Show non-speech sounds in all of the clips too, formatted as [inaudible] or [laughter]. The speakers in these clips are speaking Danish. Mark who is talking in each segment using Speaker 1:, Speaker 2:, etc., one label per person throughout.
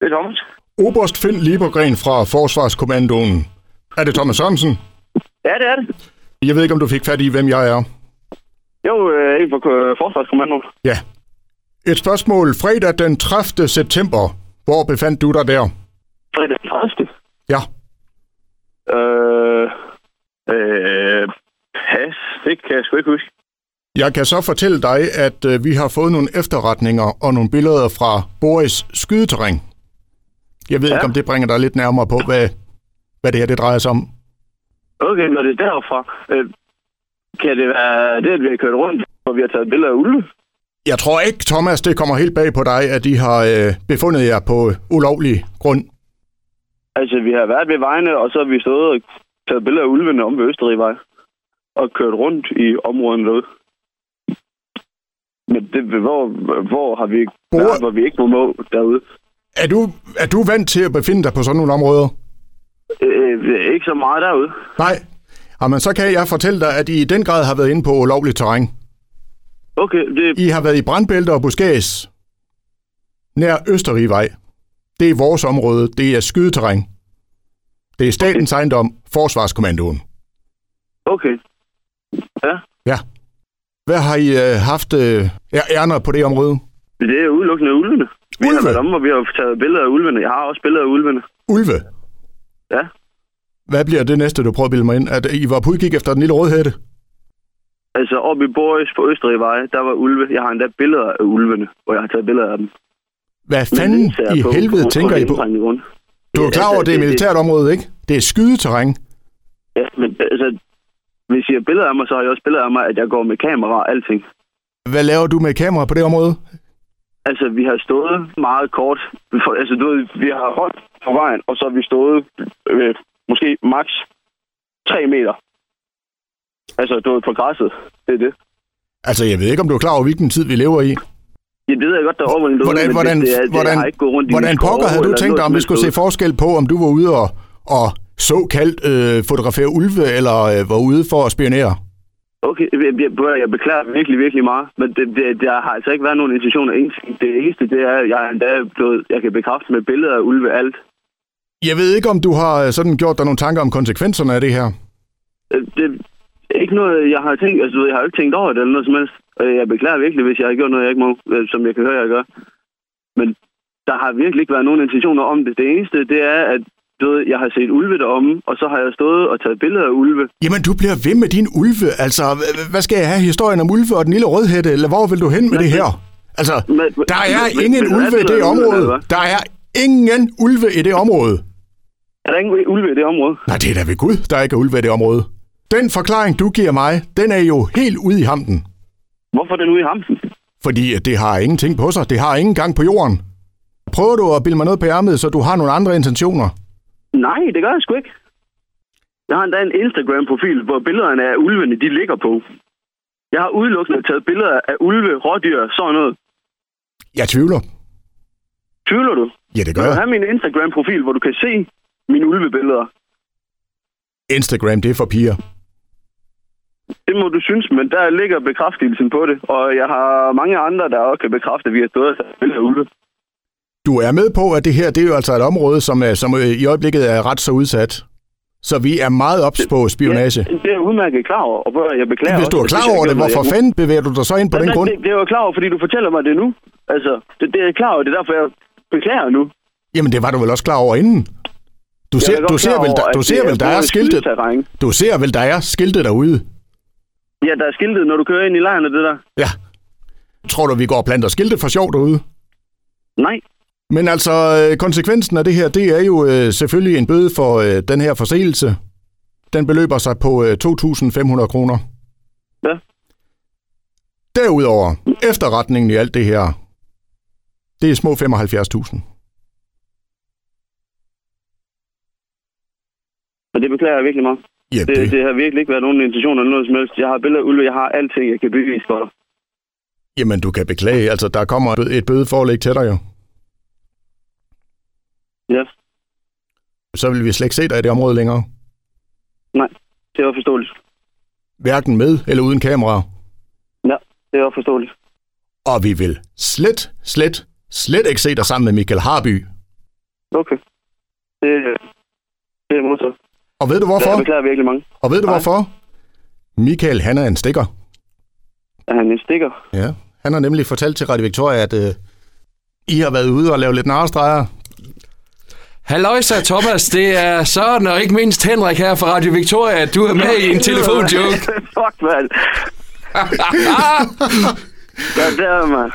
Speaker 1: Det er Thomas.
Speaker 2: Oberst Finn Liebergren fra Forsvarskommandoen. Er det Thomas Sørensen?
Speaker 1: Ja, det er det.
Speaker 2: Jeg ved ikke, om du fik fat i, hvem jeg er.
Speaker 1: Jo, øh, en fra øh, Forsvarskommandoen.
Speaker 2: Ja. Et spørgsmål. Fredag den 30. september. Hvor befandt du dig der?
Speaker 1: Fredag den 30.
Speaker 2: Ja.
Speaker 1: Øh, øh, pas, det kan jeg sgu ikke huske.
Speaker 2: Jeg kan så fortælle dig, at øh, vi har fået nogle efterretninger og nogle billeder fra Boris skydeterræn. Jeg ved ja.
Speaker 1: Ja.
Speaker 2: ikke, om det bringer dig lidt nærmere på, hvad, hvad det her det drejer sig om.
Speaker 1: Okay, når det er derfra, øh, kan det være det, at vi har kørt rundt, og vi har taget billeder af ulve?
Speaker 2: Jeg tror ikke, Thomas, det kommer helt bag på dig, at I har øh, befundet jer på ulovlig grund.
Speaker 1: Altså, vi har været ved vejene, og så har vi stået og taget billeder af ulvene om ved Østerrigvej. Og kørt rundt i området derude. Men det, hvor, hvor har vi
Speaker 2: Bor-
Speaker 1: været, hvor vi ikke må må derude?
Speaker 2: Er du, er du vant til at befinde dig på sådan nogle områder?
Speaker 1: Øh, ikke så meget derude.
Speaker 2: Nej. Jamen, så kan jeg fortælle dig, at I i den grad har været inde på ulovligt terræn.
Speaker 1: Okay, det,
Speaker 2: I har været i brandbælter og buskæs nær Østerrigvej. Det er vores område. Det er skydeterræn. Det er statens ejendom, Forsvarskommandoen.
Speaker 1: okay. Ja,
Speaker 2: Ja. Hvad har I øh, haft øh, er- ærner på det område?
Speaker 1: det er udelukkende ulvene. Vi har
Speaker 2: Ulve?
Speaker 1: været om, og vi har taget billeder af ulvene. Jeg har også billeder af ulvene.
Speaker 2: Ulve.
Speaker 1: Ja.
Speaker 2: Hvad bliver det næste, du prøver at bilde mig ind? At I var på udkig efter den lille rødhætte?
Speaker 1: Altså, oppe i Boris på Østerrigvej, der var ulve. Jeg har endda billeder af ulvene, og jeg har taget billeder af dem.
Speaker 2: Hvad fanden
Speaker 1: Militær
Speaker 2: i
Speaker 1: på-
Speaker 2: helvede
Speaker 1: på-
Speaker 2: tænker I på?
Speaker 1: indtrængen i grunden.
Speaker 2: Du er
Speaker 1: Ja,
Speaker 2: klar
Speaker 1: altså,
Speaker 2: over, at det er
Speaker 1: det- det-
Speaker 2: militært område, ikke? Det er skydeterræn.
Speaker 1: Ja, men altså, hvis I har billeder af mig, så har jeg også billeder af mig, at jeg går med kamera og alting.
Speaker 2: Hvad laver du med kamera på det område?
Speaker 1: Altså, vi har stået meget kort. For, altså, du ved, vi har holdt på vejen, og så har vi stået øh, måske max. 3 meter. Altså, du ved, på græsset. Det er det.
Speaker 2: Altså, jeg ved ikke, om du er klar over, hvilken tid vi lever i.
Speaker 1: Jeg ved jeg godt, der er overvågning derude,
Speaker 2: Hvordan,
Speaker 1: men
Speaker 2: hvordan,
Speaker 1: det, det er, det, jeg har
Speaker 2: hvordan,
Speaker 1: ikke gået rundt i
Speaker 2: hvordan
Speaker 1: mine skove
Speaker 2: pokker havde du
Speaker 1: eller
Speaker 2: tænkt dig,
Speaker 1: noget
Speaker 2: om
Speaker 1: som
Speaker 2: vi
Speaker 1: helst
Speaker 2: skulle se
Speaker 1: derude.
Speaker 2: forskel på, om du var ude og, og såkaldt øh, fotografere ulve, eller øh, var ude for at spionere?
Speaker 1: Okay, jeg, jeg, jeg, jeg beklager virkelig, virkelig meget, men det, det, der har altså ikke været nogen intentioner. Det eneste, det er, at jeg er endda blevet, jeg kan bekræfte med billeder af ulve alt.
Speaker 2: Jeg ved ikke, om du har øh, sådan gjort dig nogle tanker om konsekvenserne af det her.
Speaker 1: Øh, Det er ikke noget, jeg har tænkt, altså du ved, jeg har jo ikke tænkt over det eller noget som helst. Øh, Jeg beklager virkelig, hvis jeg har gjort noget, jeg ikke må, øh, som jeg kan høre, jeg gør. Men der har virkelig ikke været nogen intentioner om det. Det eneste, det er, at du ved, jeg har set ulve deromme, og så har jeg stået og taget billeder af ulve.
Speaker 2: Jamen, du bliver ved med din ulve. Altså, h- hvad skal jeg have historien om ulve og den lille rødhætte? Eller hvor vil du hen med det her? Altså,
Speaker 1: Men-
Speaker 2: der er
Speaker 1: men-
Speaker 2: ingen
Speaker 1: men- men-
Speaker 2: ulve i det
Speaker 1: men-
Speaker 2: område.
Speaker 1: men-
Speaker 2: Der er ingen ulve i det område.
Speaker 1: Er der ingen ulve i det område?
Speaker 2: Nej, det er da ved Gud, der ikke er ulve i det område. Den forklaring, du giver mig, den er jo helt ude i hamten.
Speaker 1: Hvorfor er den ude i hamsen?
Speaker 2: Fordi at det har ingenting på sig. Det har ingen gang på jorden. Prøver du at bilde mig noget på ærmet, så du har nogle andre intentioner?
Speaker 1: Nej, det gør jeg sgu ikke. Jeg har endda en Instagram-profil, hvor billederne af ulvene, de ligger på. Jeg har udelukkende taget billeder af ulve, rådyr, sådan noget.
Speaker 2: Jeg tvivler.
Speaker 1: Tvivler du?
Speaker 2: Ja, det
Speaker 1: Du
Speaker 2: gør
Speaker 1: kan
Speaker 2: jeg.
Speaker 1: have min Instagram-profil, hvor du kan se mine ulvebilleder.
Speaker 2: Instagram, det er for piger.
Speaker 1: Det må du synes, men der ligger bekræftelsen på det. Og jeg har mange andre, der også kan bekræfte, at vi har stået og taget billeder af ulve.
Speaker 2: Du er med på, at det her det er jo altså et område, som, er, som øh, i øjeblikket er ret så udsat. Så vi er meget ops på spionage.
Speaker 1: Ja, det er jeg udmærket klar over, og prøv at- jeg beklager
Speaker 2: Hvis du
Speaker 1: også,
Speaker 2: er klar
Speaker 1: jeg
Speaker 2: over
Speaker 1: ikke
Speaker 2: det,
Speaker 1: ved, hvad
Speaker 2: hvorfor
Speaker 1: jeg-
Speaker 2: fanden bevæger du dig så ind på
Speaker 1: Men
Speaker 2: den
Speaker 1: nej,
Speaker 2: grund?
Speaker 1: Det, det, er jeg jo klar over, fordi du fortæller mig det nu. Altså, det, det er jeg klar over, det er derfor, jeg beklager nu.
Speaker 2: Jamen, det var du vel også klar over inden? Du
Speaker 1: Jeg er
Speaker 2: ser,
Speaker 1: godt
Speaker 2: du ser
Speaker 1: klar
Speaker 2: vel,
Speaker 1: over,
Speaker 2: der,
Speaker 1: at
Speaker 2: du
Speaker 1: det
Speaker 2: ser vel, der er
Speaker 1: både
Speaker 2: skiltet.
Speaker 1: skydeterræn.
Speaker 2: Du ser vel, der er skiltet derude.
Speaker 1: Ja, der er skiltet, når du kører ind i lejren og det der.
Speaker 2: Ja. Tror du, vi går og planter skilte for sjov derude?
Speaker 1: Nej,
Speaker 2: Men altså, øh, konsekvensen af det her, det er jo øh, selvfølgelig en bøde for øh, den her forseelse. Den beløber sig på øh, 2.500 kroner.
Speaker 1: Ja.
Speaker 2: Derudover, efterretningen i alt det her, det er små 75.000.
Speaker 1: og det beklager jeg virkelig meget.
Speaker 2: Ja,
Speaker 1: Det, det.
Speaker 2: det,
Speaker 1: det har virkelig ikke været nogen intentioner eller noget som helst. Jeg har billeder af ulve, jeg har alting, jeg kan bevise for dig.
Speaker 2: jamen du kan beklage, altså der kommer et bø- et bødeforlæg til dig jo.
Speaker 1: Ja,
Speaker 2: Så vil vi slet ikke se dig i det område længere.
Speaker 1: nej, det var forståeligt.
Speaker 2: Hverken med eller uden kamera.
Speaker 1: Ja, det var forståeligt.
Speaker 2: Og vi vil slet, slet, slet ikke se dig sammen med Michael Harby.
Speaker 1: Okay. Det, øh, det er modtaget.
Speaker 2: Og ved du
Speaker 1: Hvorfor? Jeg
Speaker 2: hvorfor?
Speaker 1: beklager virkelig mange.
Speaker 2: Og ved du
Speaker 1: Nej.
Speaker 2: hvorfor? Michael, han er en stikker.
Speaker 1: Er han en stikker?
Speaker 2: Ja. Han har nemlig fortalt til Radio Victoria, at øh, I har været ude og lave lidt narrestreger.
Speaker 3: Halløjsa, Thomas. Det er Søren og ikke mindst Henrik her fra Radio Victoria, at du er med
Speaker 2: [laughs]
Speaker 3: i en telefonjoke.
Speaker 1: [laughs] Fuck, mand. God damn, mand.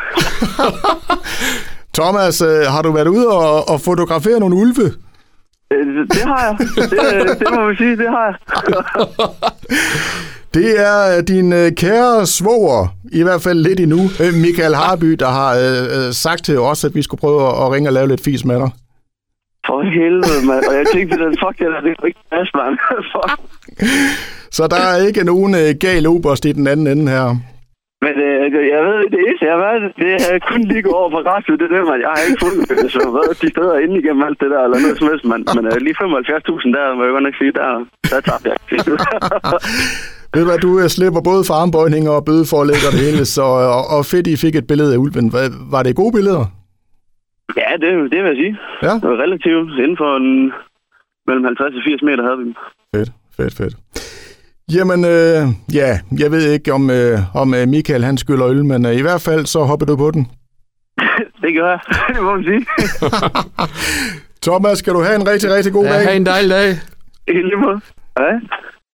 Speaker 2: Thomas, øh, har du været ude og, og fotografere nogle ulve?
Speaker 1: Øh, Det har jeg. Det, øh, det må vi sige, det har jeg.
Speaker 2: Det er øh, din øh, kære svoger, i hvert fald lidt endnu, øh, Michael Harby, der har øh, øh, sagt til os, at vi skulle prøve at, at ringe og lave lidt fis med dig.
Speaker 1: For helvede, mand. Og jeg tænkte, den fuck, det der, det er ikke plads, mand. [laughs] Fuck.
Speaker 2: Så der er ikke nogen øh, gal oberst i den anden ende her.
Speaker 1: Men øh, jeg ved, det eneste, jeg har været, det er kun lige gået over på radio, det er det, man. Jeg har ikke fundet det, så hvad de steder inde igennem alt det der, eller noget som helst, man. Men øh, lige 75.000 der, må jeg godt nok sige, der, der tabte jeg.
Speaker 2: Ved du hvad, du øh, slipper både for armbøjninger og bødeforlæg og det hele, så, øh, og, og fedt, I fik et billede af ulven. Hvad, var det gode billeder?
Speaker 1: [laughs] ja, det, det vil jeg sige.
Speaker 2: Ja.
Speaker 1: Det var relativt. Inden for en, mellem 50 og 80 meter havde vi dem.
Speaker 2: Fedt, fedt, fedt. Jamen, øh, ja, jeg ved ikke, om, øh, om øh, Michael han skylder øl, men øh, i hvert fald så hopper du på den.
Speaker 1: Det gør jeg. [laughs] det må man sige.
Speaker 2: Thomas, skal du have en rigtig, rigtig god
Speaker 3: Ja,
Speaker 2: dag.
Speaker 3: ha' en dejlig dag.
Speaker 1: I lige måde. Ja.